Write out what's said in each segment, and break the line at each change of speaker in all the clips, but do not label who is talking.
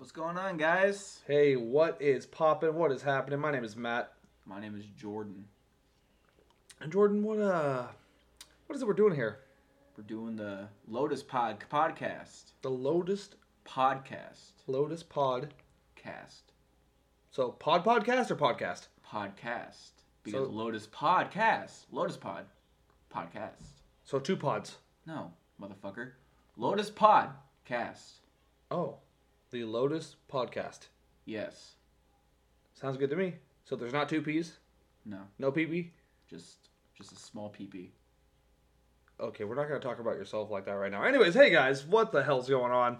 What's going on, guys?
Hey, what is poppin'? What is happening? My name is Matt.
My name is Jordan.
And Jordan, what uh, what is it we're doing here?
We're doing the Lotus Pod podcast.
The Lotus
Podcast.
Lotus Pod.
Cast.
So Pod Podcast or Podcast?
Podcast. Because
So-
Lotus Podcast. Lotus Pod. Podcast.
So two pods.
No, motherfucker. Lotus Podcast.
Oh, the Lotus Podcast.
Yes.
Sounds good to me. So there's not two P's,
No.
no PP.
Just just a small peepee.
Okay, we're not gonna talk about yourself like that right now. Anyways, hey guys, what the hell's going on?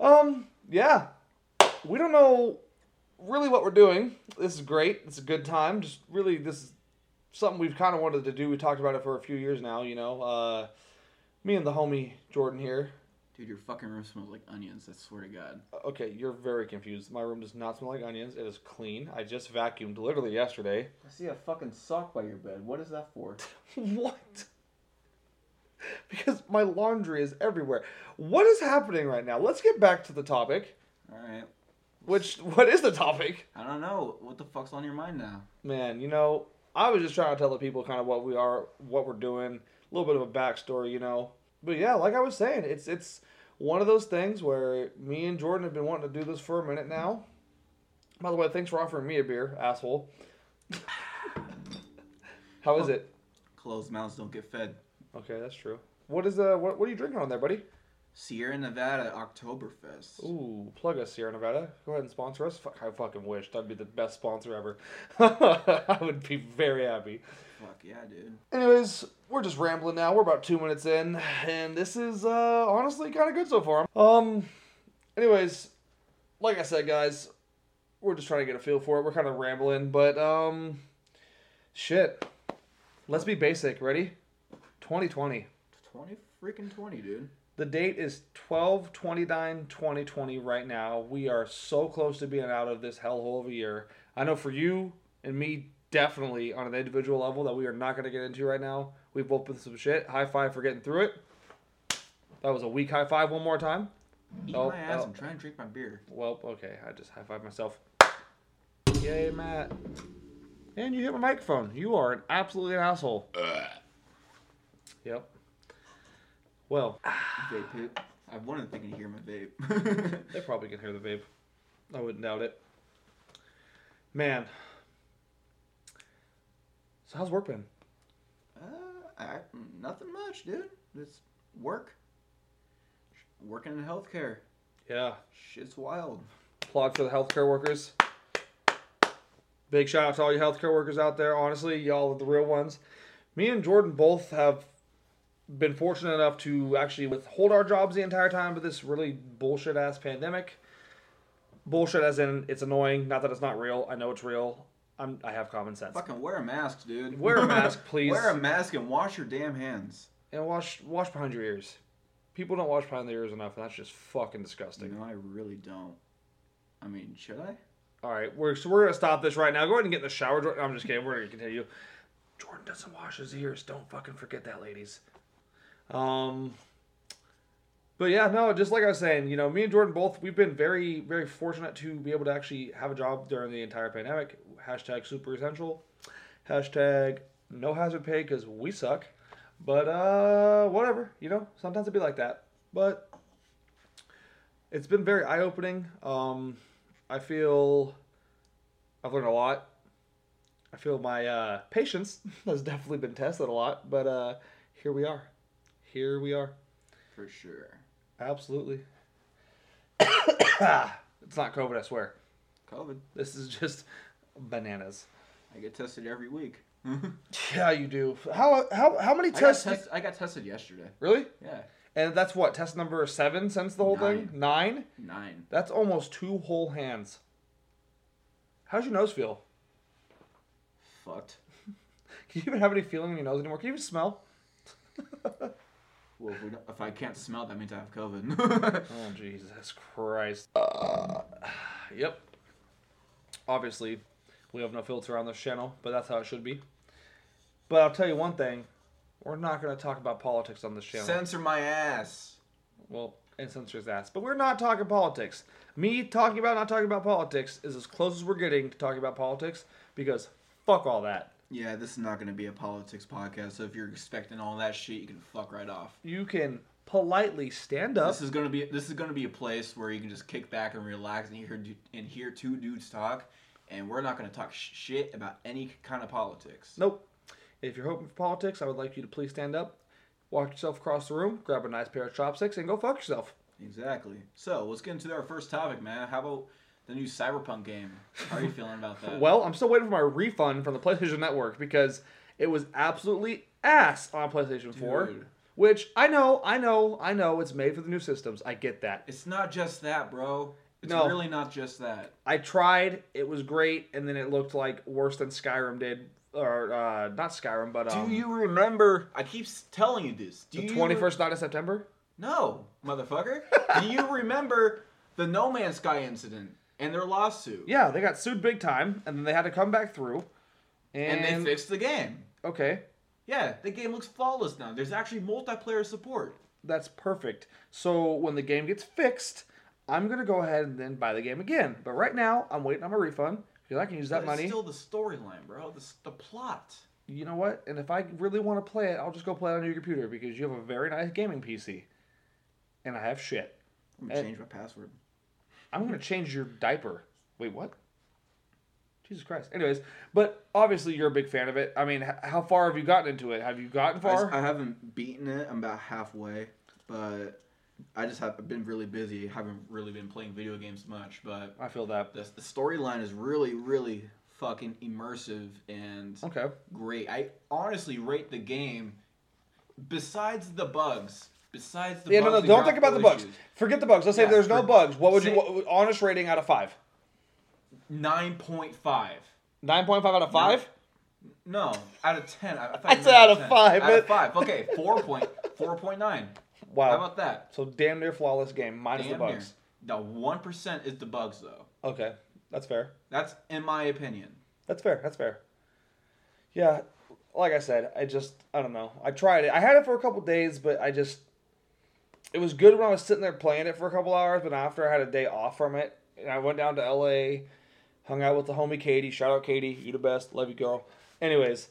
Um, yeah, we don't know really what we're doing. This is great. It's a good time. Just really, this is something we've kind of wanted to do. We talked about it for a few years now. You know, uh, me and the homie Jordan here.
Dude, your fucking room smells like onions, I swear to God.
Okay, you're very confused. My room does not smell like onions. It is clean. I just vacuumed literally yesterday.
I see a fucking sock by your bed. What is that for?
What? Because my laundry is everywhere. What is happening right now? Let's get back to the topic.
Alright.
Which, what is the topic?
I don't know. What the fuck's on your mind now?
Man, you know, I was just trying to tell the people kind of what we are, what we're doing, a little bit of a backstory, you know. But yeah, like I was saying, it's it's one of those things where me and Jordan have been wanting to do this for a minute now. By the way, thanks for offering me a beer, asshole. How is it?
Closed mouths don't get fed.
Okay, that's true. What is uh what, what are you drinking on there, buddy?
Sierra Nevada Oktoberfest.
Ooh, plug us, Sierra Nevada. Go ahead and sponsor us. Fuck, I fucking wish. That'd be the best sponsor ever. I would be very happy.
Fuck yeah, dude.
Anyways, we're just rambling now. We're about two minutes in, and this is uh, honestly kind of good so far. Um, anyways, like I said, guys, we're just trying to get a feel for it. We're kind of rambling, but um, shit. Let's be basic. Ready? 2020.
Twenty freaking twenty, dude.
The date is 12 29 2020 right now. We are so close to being out of this hellhole of a year. I know for you and me, definitely on an individual level, that we are not going to get into right now. We've both been some shit. High five for getting through it. That was a weak high five one more time.
Eat
Oh,
my ass
oh.
and try and drink my beer.
Well, okay, I just high five myself. Yay, Matt. And you hit my microphone. You are an absolutely an asshole. Yep. Well,
Vape poop. I wanted if they can hear my vape.
They probably can hear the vape. I wouldn't doubt it. Man. So how's work been?
uh, I, nothing much, dude. Just work. Working in healthcare.
Yeah.
Shit's wild.
Applaud for the healthcare workers. Big shout out to all you healthcare workers out there. Honestly, y'all are the real ones. Me and Jordan both have been fortunate enough to actually withhold our jobs the entire time of this really bullshit ass pandemic. Bullshit as in it's annoying. Not that it's not real. I know it's real. I'm, I have common sense.
Fucking wear a mask, dude.
Wear a mask, please.
wear a mask and wash your damn hands.
And wash wash behind your ears. People don't wash behind their ears enough, and that's just fucking disgusting.
No, I really don't. I mean, should I?
All right, we're so we're gonna stop this right now. Go ahead and get in the shower. Jordan. I'm just kidding. We're gonna continue. Jordan doesn't wash his ears. Don't fucking forget that, ladies. Um. But yeah, no, just like I was saying, you know, me and Jordan both we've been very, very fortunate to be able to actually have a job during the entire pandemic. Hashtag super essential. Hashtag no hazard pay because we suck. But uh, whatever, you know. Sometimes it be like that. But it's been very eye opening. Um, I feel I've learned a lot. I feel my uh, patience has definitely been tested a lot, but uh, here we are. Here we are.
For sure.
Absolutely. it's not COVID, I swear.
COVID.
This is just bananas.
I get tested every week.
Yeah, you do. How how how many
I got,
tests?
test- I got tested yesterday.
really?
Yeah,
And that's what test number seven since the whole thing. Nine.
nine.
That's almost two whole hands. How's your nose feel?
Fucked.
Can you even have any feeling in your nose anymore? Can you even smell?
Well, if, we don't, if I can't smell, that means I have COVID.
Oh Jesus Christ! Uh, yep. Obviously, we have no filter on this channel, but that's how it should be. But I'll tell you one thing: we're not going to talk about politics on this channel.
Censor my ass.
well, and censors that. But we're not talking politics. Me talking about not talking about politics is as close as we're getting to talking about politics because fuck all that.
Yeah, this is not going to be a politics podcast. So if you're expecting all that shit, you can fuck right off.
You can politely stand up.
This is gonna be this is gonna be a place where you can just kick back and relax and hear du- and hear two dudes talk, and we're not gonna talk sh- shit about any kind of politics.
Nope. If you're hoping for politics, I would like you to please stand up, walk yourself across the room, grab a nice pair of chopsticks, and go fuck yourself.
Exactly. So let's get into our first topic, man. How about the new Cyberpunk game? How are you feeling about that?
Well, I'm still waiting for my refund from the PlayStation Network because it was absolutely ass on PlayStation 4.
Dude.
Which I know, I know, I know it's made for the new systems. I get that.
it's not just that, bro. It's
No.
really not just that.
I tried, it was great, and then it looked like worse than Skyrim did. Or, uh, not Skyrim, but um,
Do you remember? I keep s- telling you this. Do
the
you
21st night of September?
No, motherfucker. Do you remember the No Man's Sky incident and their lawsuit?
Yeah, they got sued big time, and then they had to come back through. And,
And they fixed the game.
Okay.
Yeah, the game looks flawless now. There's actually multiplayer support.
That's perfect. So when the game gets fixed, I'm gonna go ahead and then buy the game again. But right now, I'm waiting on my refund because I can use that
But
money.
It's still the storyline, bro. The, s- the plot.
You know what? And if I really want to play it, I'll just go play it on your computer because you have a very nice gaming PC, and I have shit.
I'm
gonna
change my password.
I'm gonna change your diaper. Wait, what? Jesus Christ. Anyways, but obviously you're a big fan of it. I mean, h- how far have you gotten into it? Have you gotten
I,
far?
s- I haven't beaten it. I'm about halfway, but I just have I've been really busy. Haven't really been playing video games much, but
I feel that.
the, the storyline is really, really fucking immersive and
Okay.
great. I honestly rate the game. Besides the bugs, besides the
Yeah,
bugs
no, no.
and
Don't think about
graphical
the bugs.
issues,
Forget the bugs. Let's say
Yeah,
there's no
for-
bugs. What would you
say-
what, would- honest rating out of five?
Nine point five.
Nine point five out of five.
No, out of ten. I, I, thought
I
you
said
meant
out of
10.
five,
Out of
but-
five. Okay, four point four point nine.
Wow.
How about that?
so damn near flawless game minus the
Damn near.
bugs.
The one percent is the bugs, though.
Okay, that's fair.
That's in my opinion.
That's fair. That's fair. Yeah, like I said, I just I don't know. I tried it. I had it for a couple days, but I just it was good when I was sitting there playing it for a couple hours. But after I had a day off from it, and I went down to L.A., hung out with the homie Katie. Shout out Katie, you the best. Love you, girl. Anyways,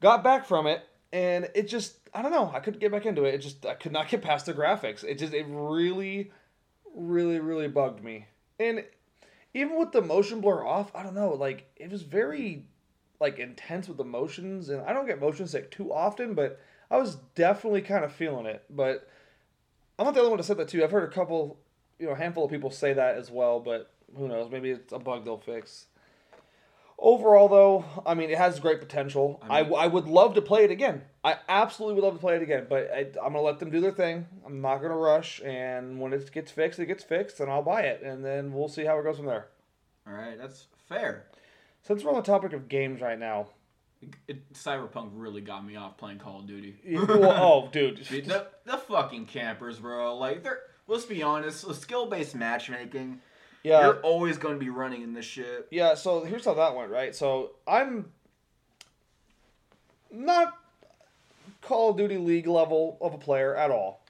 got back from it, and it just I don't know. I couldn't get back into it. It just I could not get past the graphics. It just it really, really, really bugged me. And even with the motion blur off, I don't know, like it was very like intense with the motions and I don't get motion sick too often, but I was definitely kind of feeling it. But I'm not the only one to say that too. I've heard a couple, you know, handful of people say that as well, but who knows, maybe it's a bug they'll fix. Overall though, I mean, it has great potential. I, w- I would love to play it again. I absolutely would love to play it again, but I, I'm going to let them do their thing. I'm not going to rush and when it gets fixed, it gets fixed and I'll buy it and then we'll see how it goes from there.
All right, that's fair.
Since we're on the topic of games right now,
It, Cyberpunk really got me off playing Call of Duty.
well, oh, dude,
Dude, the, the fucking campers, bro. Like they're. Let's be honest. With skill-based matchmaking,
yeah,
you're always going to be running in this shit.
yeah. So here's how that went, right? So I'm not Call of Duty League level of a player at all.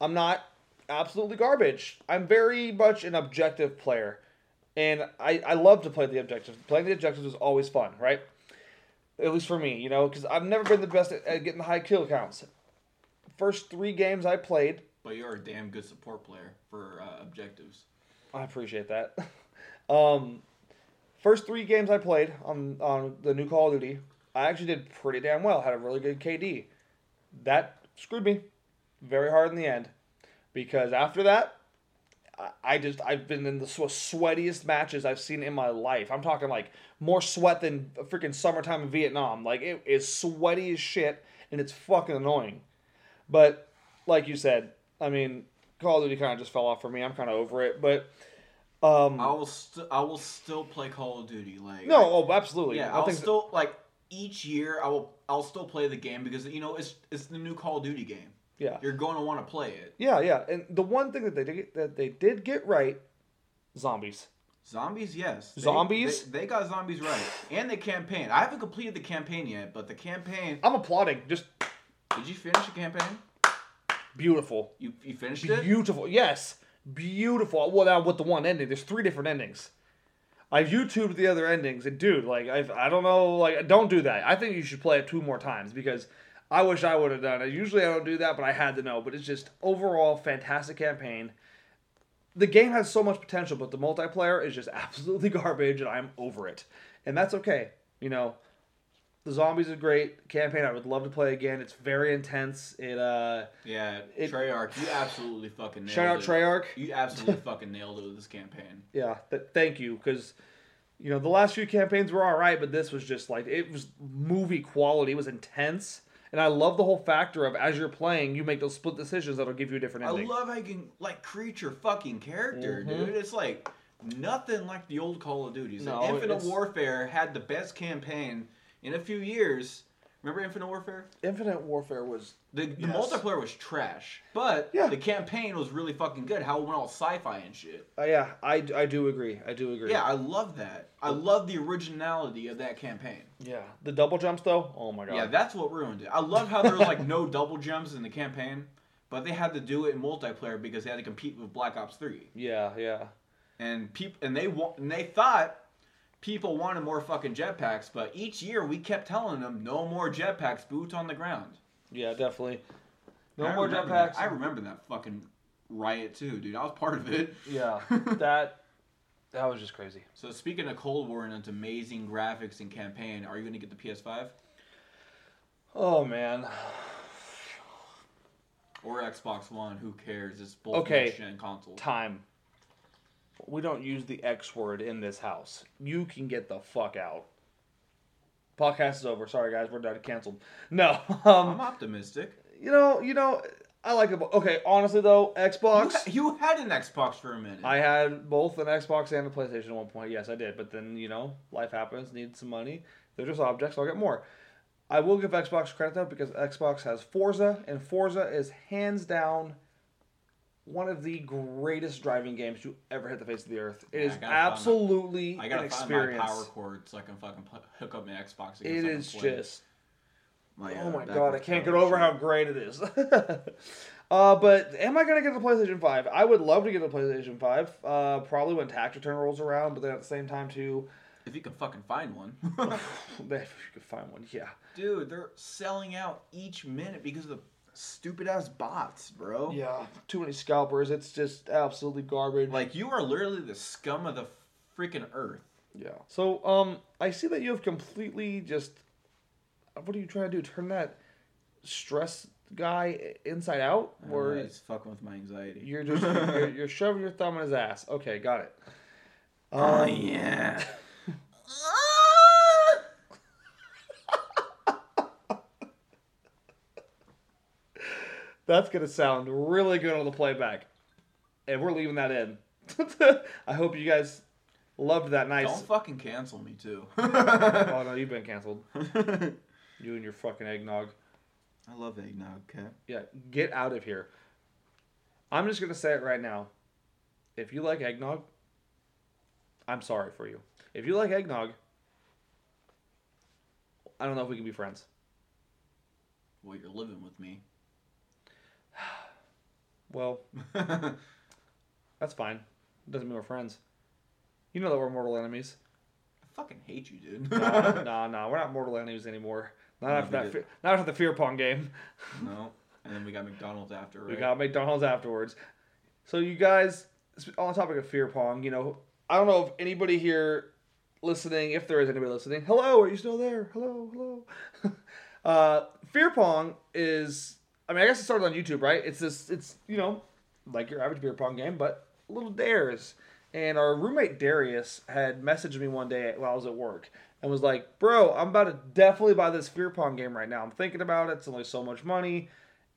I'm not absolutely garbage. I'm very much an objective player, and I I love to play the objectives. Playing the objectives is always fun, right? At least for me, you know, because I've never been the best at, at getting the high kill counts. First three games I played,
But you're a damn good support player for uh, objectives.
I appreciate that. Um, first three games I played on on the new Call of Duty, I actually did pretty damn well. Had a really good KD. That screwed me very hard in the end because after that, I, I just I've been in the swe- sweatiest matches I've seen in my life. I'm talking like more sweat than freaking summertime in Vietnam. Like it is sweaty as shit, and it's fucking annoying. But like you said, I mean, Call of Duty kind of just fell off for me. I'm kind of over it, but. Um,
I will. St- I will still play Call of Duty. Like
no, oh, absolutely.
Yeah,
I
I'll
think
still like each year. I will. I'll still play the game because you know it's it's the new Call of Duty game.
Yeah.
you're going to want to play it.
yeah, yeah. And the one thing that they did that they did get right, zombies.
Zombies, yes. They-
Zombies?
They, they got zombies right, and the campaign. I haven't completed the campaign yet, but the campaign.
I'm applauding. Just
Did you finish the campaign?
Beautiful.
You you finished it?
Beautiful. Yes. Beautiful. Well, now with the one ending, there's three different endings. I've YouTubed the other endings, and dude, like, I've, I don't know, like, don't do that. I think you should play it two more times because I wish I would have done it. Usually I don't do that, but I had to know. But it's just overall fantastic campaign. The game has so much potential, but the multiplayer is just absolutely garbage, and I'm over it. And that's okay. You know, the zombies is great campaign. I would love to play again. It's very intense. It uh,
Yeah,
It-
Treyarch, you absolutely fucking nailed
shout out
it.
Treyarch.
You absolutely fucking nailed it with this campaign.
yeah th- thank you because you know the last few campaigns were all right but this was just like it was movie quality it was intense and i love the whole factor of as you're playing you make those split decisions that'll give you a different
I
ending
love how you can like create your fucking character,
Mhm.
dude. It's like nothing like the old Call of Duties.
No,
Like, Infinite
it's-
Warfare had the best campaign in a few years. Remember Infinite Warfare?
infinite warfare was
The, the
Yes.
multiplayer was trash, but
Yeah.
the campaign was really fucking good. How it went all sci-fi and shit.
uh, yeah I, I do agree i do agree
Yeah, I love that. I love the originality of that campaign.
yeah the double jumps though oh my god
Yeah, that's what ruined it. I love how there was like no double jumps in the campaign, but they had to do it in multiplayer because they had to compete with Black Ops Three,
yeah yeah
and people and they wa- and they thought people wanted more fucking jetpacks, but each year we kept telling them no more jetpacks, boots on the ground.
yeah definitely no
I
more
remember
jetpacks
that- I remember that fucking riot too, dude. I was part of it.
yeah that that was just crazy
So speaking of Cold War and its amazing graphics and campaign, are you going to get the PS5
oh man
or Xbox One? Who cares? It's both
Okay.
next gen consoles.
time. We don't use the X word in this house. You can get the fuck out. Podcast is over. Sorry guys, we're done. Cancelled. No. Um.
I'm optimistic.
You know. You know. I like it. Okay. Honestly though,
You,
Xbox.
ha- you had an Xbox for a minute.
I had both an Xbox and a PlayStation at one point. Yes, I did. But then you know, life happens. Need some money. They're just objects. I'll get more. I will give Xbox credit though because Xbox has Forza, and Forza is hands down one of the greatest driving games you ever hit the face of the earth. It
Yeah,
is
I gotta find my-
absolutely
I
an
gotta find my
experience.
power cord so I can fucking pu- hook up my Xbox. again
It
so I can
is
play.
just
My, uh,
Oh my
backwards
god, I can't get
power
over
shit.
how great it is. uh, but am I gonna get the PlayStation Five? I would love to get the PlayStation Five. Uh, probably when tax return rolls around, but then at the same time too,
If you can fucking find one,
if you could find one, yeah.
dude, they're selling out each minute because of the stupid ass bots, bro.
Yeah, too many scalpers. It's just absolutely garbage.
Like you are literally the scum of the freaking earth.
yeah. So um, I see that you have completely just. What are you trying to do? Turn that stress guy inside out,
Or
or
it's fucking with my anxiety.
you're just you're, you're shoving your thumb in his ass. Okay, got it.
oh yeah. Ah!
That's gonna sound really good on the playback, and we're leaving that in. I hope you guys loved that nice.
Don't fucking cancel me too.
Oh no, you've been canceled.
I
You and your fucking eggnog.
love eggnog, okay?
Yeah, get out of here. I'm just gonna say it right now. If you like eggnog, I'm sorry for you. If you like eggnog, I don't know if we can be friends.
Well, you're living with me.
Well,
I
that's fine. Doesn't mean we're friends. You know that we're mortal enemies.
fucking hate you, dude.
nah, nah, nah, we're not mortal enemies anymore. Not
No,
after
we
that.
did.
Fe- not after the fear pong game.
no. And then we got McDonald's after, right?
We got McDonald's afterwards. So you guys, sp- on the topic of fear pong, you know, I don't know if anybody here listening, if there is anybody listening, hello, are you still there? Hello, hello. uh, fear pong is, I mean, I guess it started on YouTube, right? It's this, it's you know, like your average beer pong game, but little dares. And our roommate Darius had messaged me one day while I was at work and was like, "Bro, I'm about to definitely buy this fear pong game right now. I'm thinking about it. It's only so much money."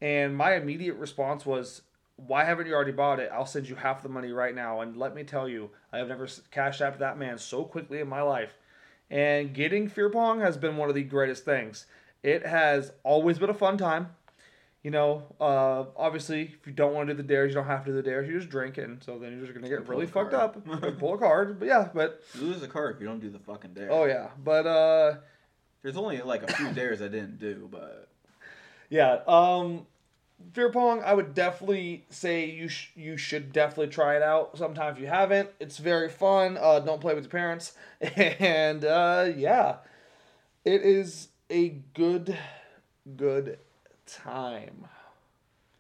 And my immediate response was, "Why haven't you already bought it? I'll send you half the money right now." And let me tell you, I have never s- cashed out that man so quickly in my life. And getting fear pong has been one of the greatest things. It has always been a fun time you know, uh, obviously, if you don't want to do the dares, you don't have to do the dares. You're just drinking, so then you're just gonna get
pull
really
the
fucked
card.
up and pull a card. But yeah, but
You lose a car if you don't do the fucking dare.
oh yeah, but uh,
There's only like a few dares I didn't do, but
yeah. Um, Beer pong, I would definitely say you sh- you should definitely try it out sometime if you haven't. It's very fun. Uh, don't play with your parents, and uh, yeah, it is a good good time.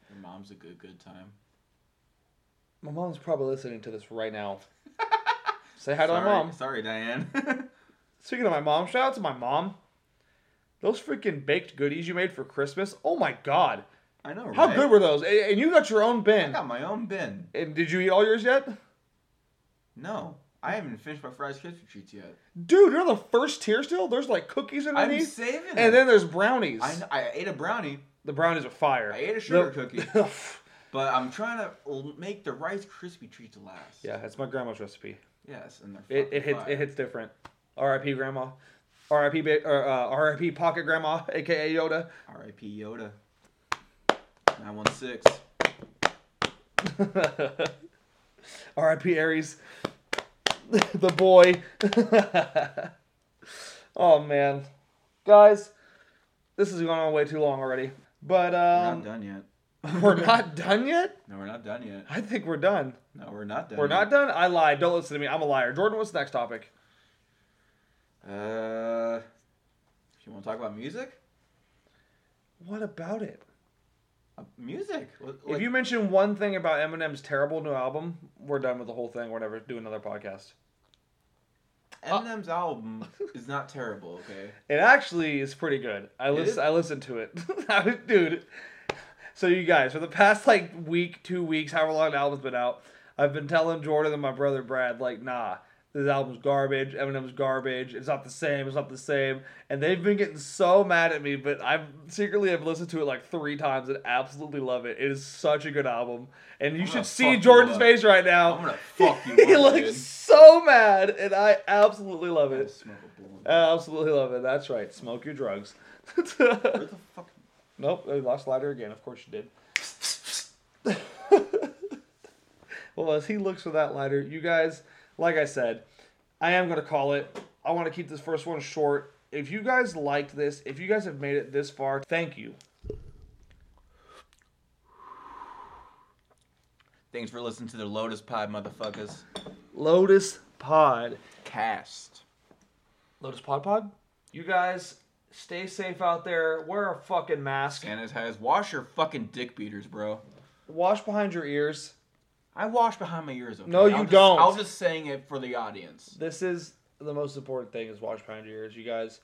Your mom's a good good time.
My mom's probably listening to this right now. Say hi to
sorry,
my mom.
Sorry, Diane.
Speaking of my mom, shout out to my mom. Those freaking baked goodies you made for Christmas. Oh my god,
I know.
how
right?
good were those? A- And you got your own
I
bin.
got my own bin.
And did you eat all yours yet?
No, I haven't finished my Fridays Krispy treats yet.
Dude, you're the first tier still. There's like cookies
I'm
underneath,
saving.
and
it.
then there's brownies.
I, kn- I ate a brownie.
The brownies are fire.
I ate a sugar cookie,
cookie.
but I'm trying to l- make the Rice Krispie treat to last.
yeah, it's my grandma's recipe.
Yes, and they're
It, it hits
fucking
it
fire.
hits different. R.I.P. Grandma. R.I.P. Ba- or, uh, R.I.P. Pocket Grandma, aka Yoda.
R.I.P. Yoda. Nine one six.
R.I.P. Aries. the boy. oh man, guys, this has gone on way too long already. But
We're
um,
not done yet.
we're not done yet.
No, we're not done yet.
I think we're done.
No, we're not done.
We're
yet.
not done. I lied. Don't listen to me. I'm a liar. Jordan, what's the next topic?
Uh, you want to talk about music?
What about it?
Uh, music. What-
if
like-
you mention one thing about Eminem's terrible new album, we're done with the whole thing. We're never do another podcast. uh,
Eminem's album is not terrible, okay?
It actually is pretty good. I
is?
listen. I listened to it, I was- dude. So you guys, for the past like week, two weeks, however long the album's been out, I've been telling Jordan and my brother Brad, like, nah, this album's garbage. Eminem's garbage. It's not the same. It's not the same. And they've been getting so mad at me, but I've secretly have listened to it like three times and absolutely love it. It is such a good album, and you
gonna
should see
fuck you
Jordan's
up.
face right now.
I'm gonna fuck you
he
up,
looks
dude.
so mad, and I absolutely love
I
it.
smoke a blunt.
I Uh, absolutely love it. That's right. Smoke your drugs.
Where the fuck?
nope, I lost lighter again. Of course you did. well, as he looks for that lighter, you guys, like I said, I am going to call it. I want to keep this first one short. If you guys liked this, if you guys have made it this far, thank you.
Thanks for listening to the Lotus Pod, motherfuckers.
Lotus Pod.
Cast.
Lotus Pod Pod? You guys, stay safe out there. Wear a fucking mask.
Sanitize. Wash your fucking dick beaters, bro.
Wash behind your ears.
I wash behind my ears. Okay?
No, you
I'm just,
don't.
I was just saying it for the audience.
This is the most important thing is wash behind your ears, you guys.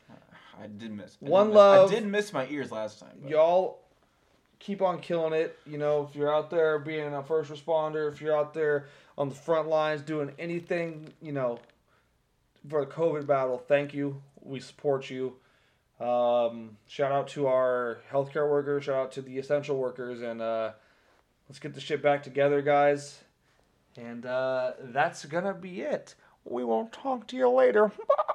I did miss. I did
One
miss-
love.
I did miss my ears last time. but-
y'all keep on killing it. You know, if you're out there being a first responder, if you're out there on the front lines doing anything, you know, for the COVID battle, thank you. We support you. Um, shout out to our healthcare workers. Shout out to the essential workers, and uh, let's get the shit back together, guys. And uh, that's gonna be it. We will talk to you later. Bye.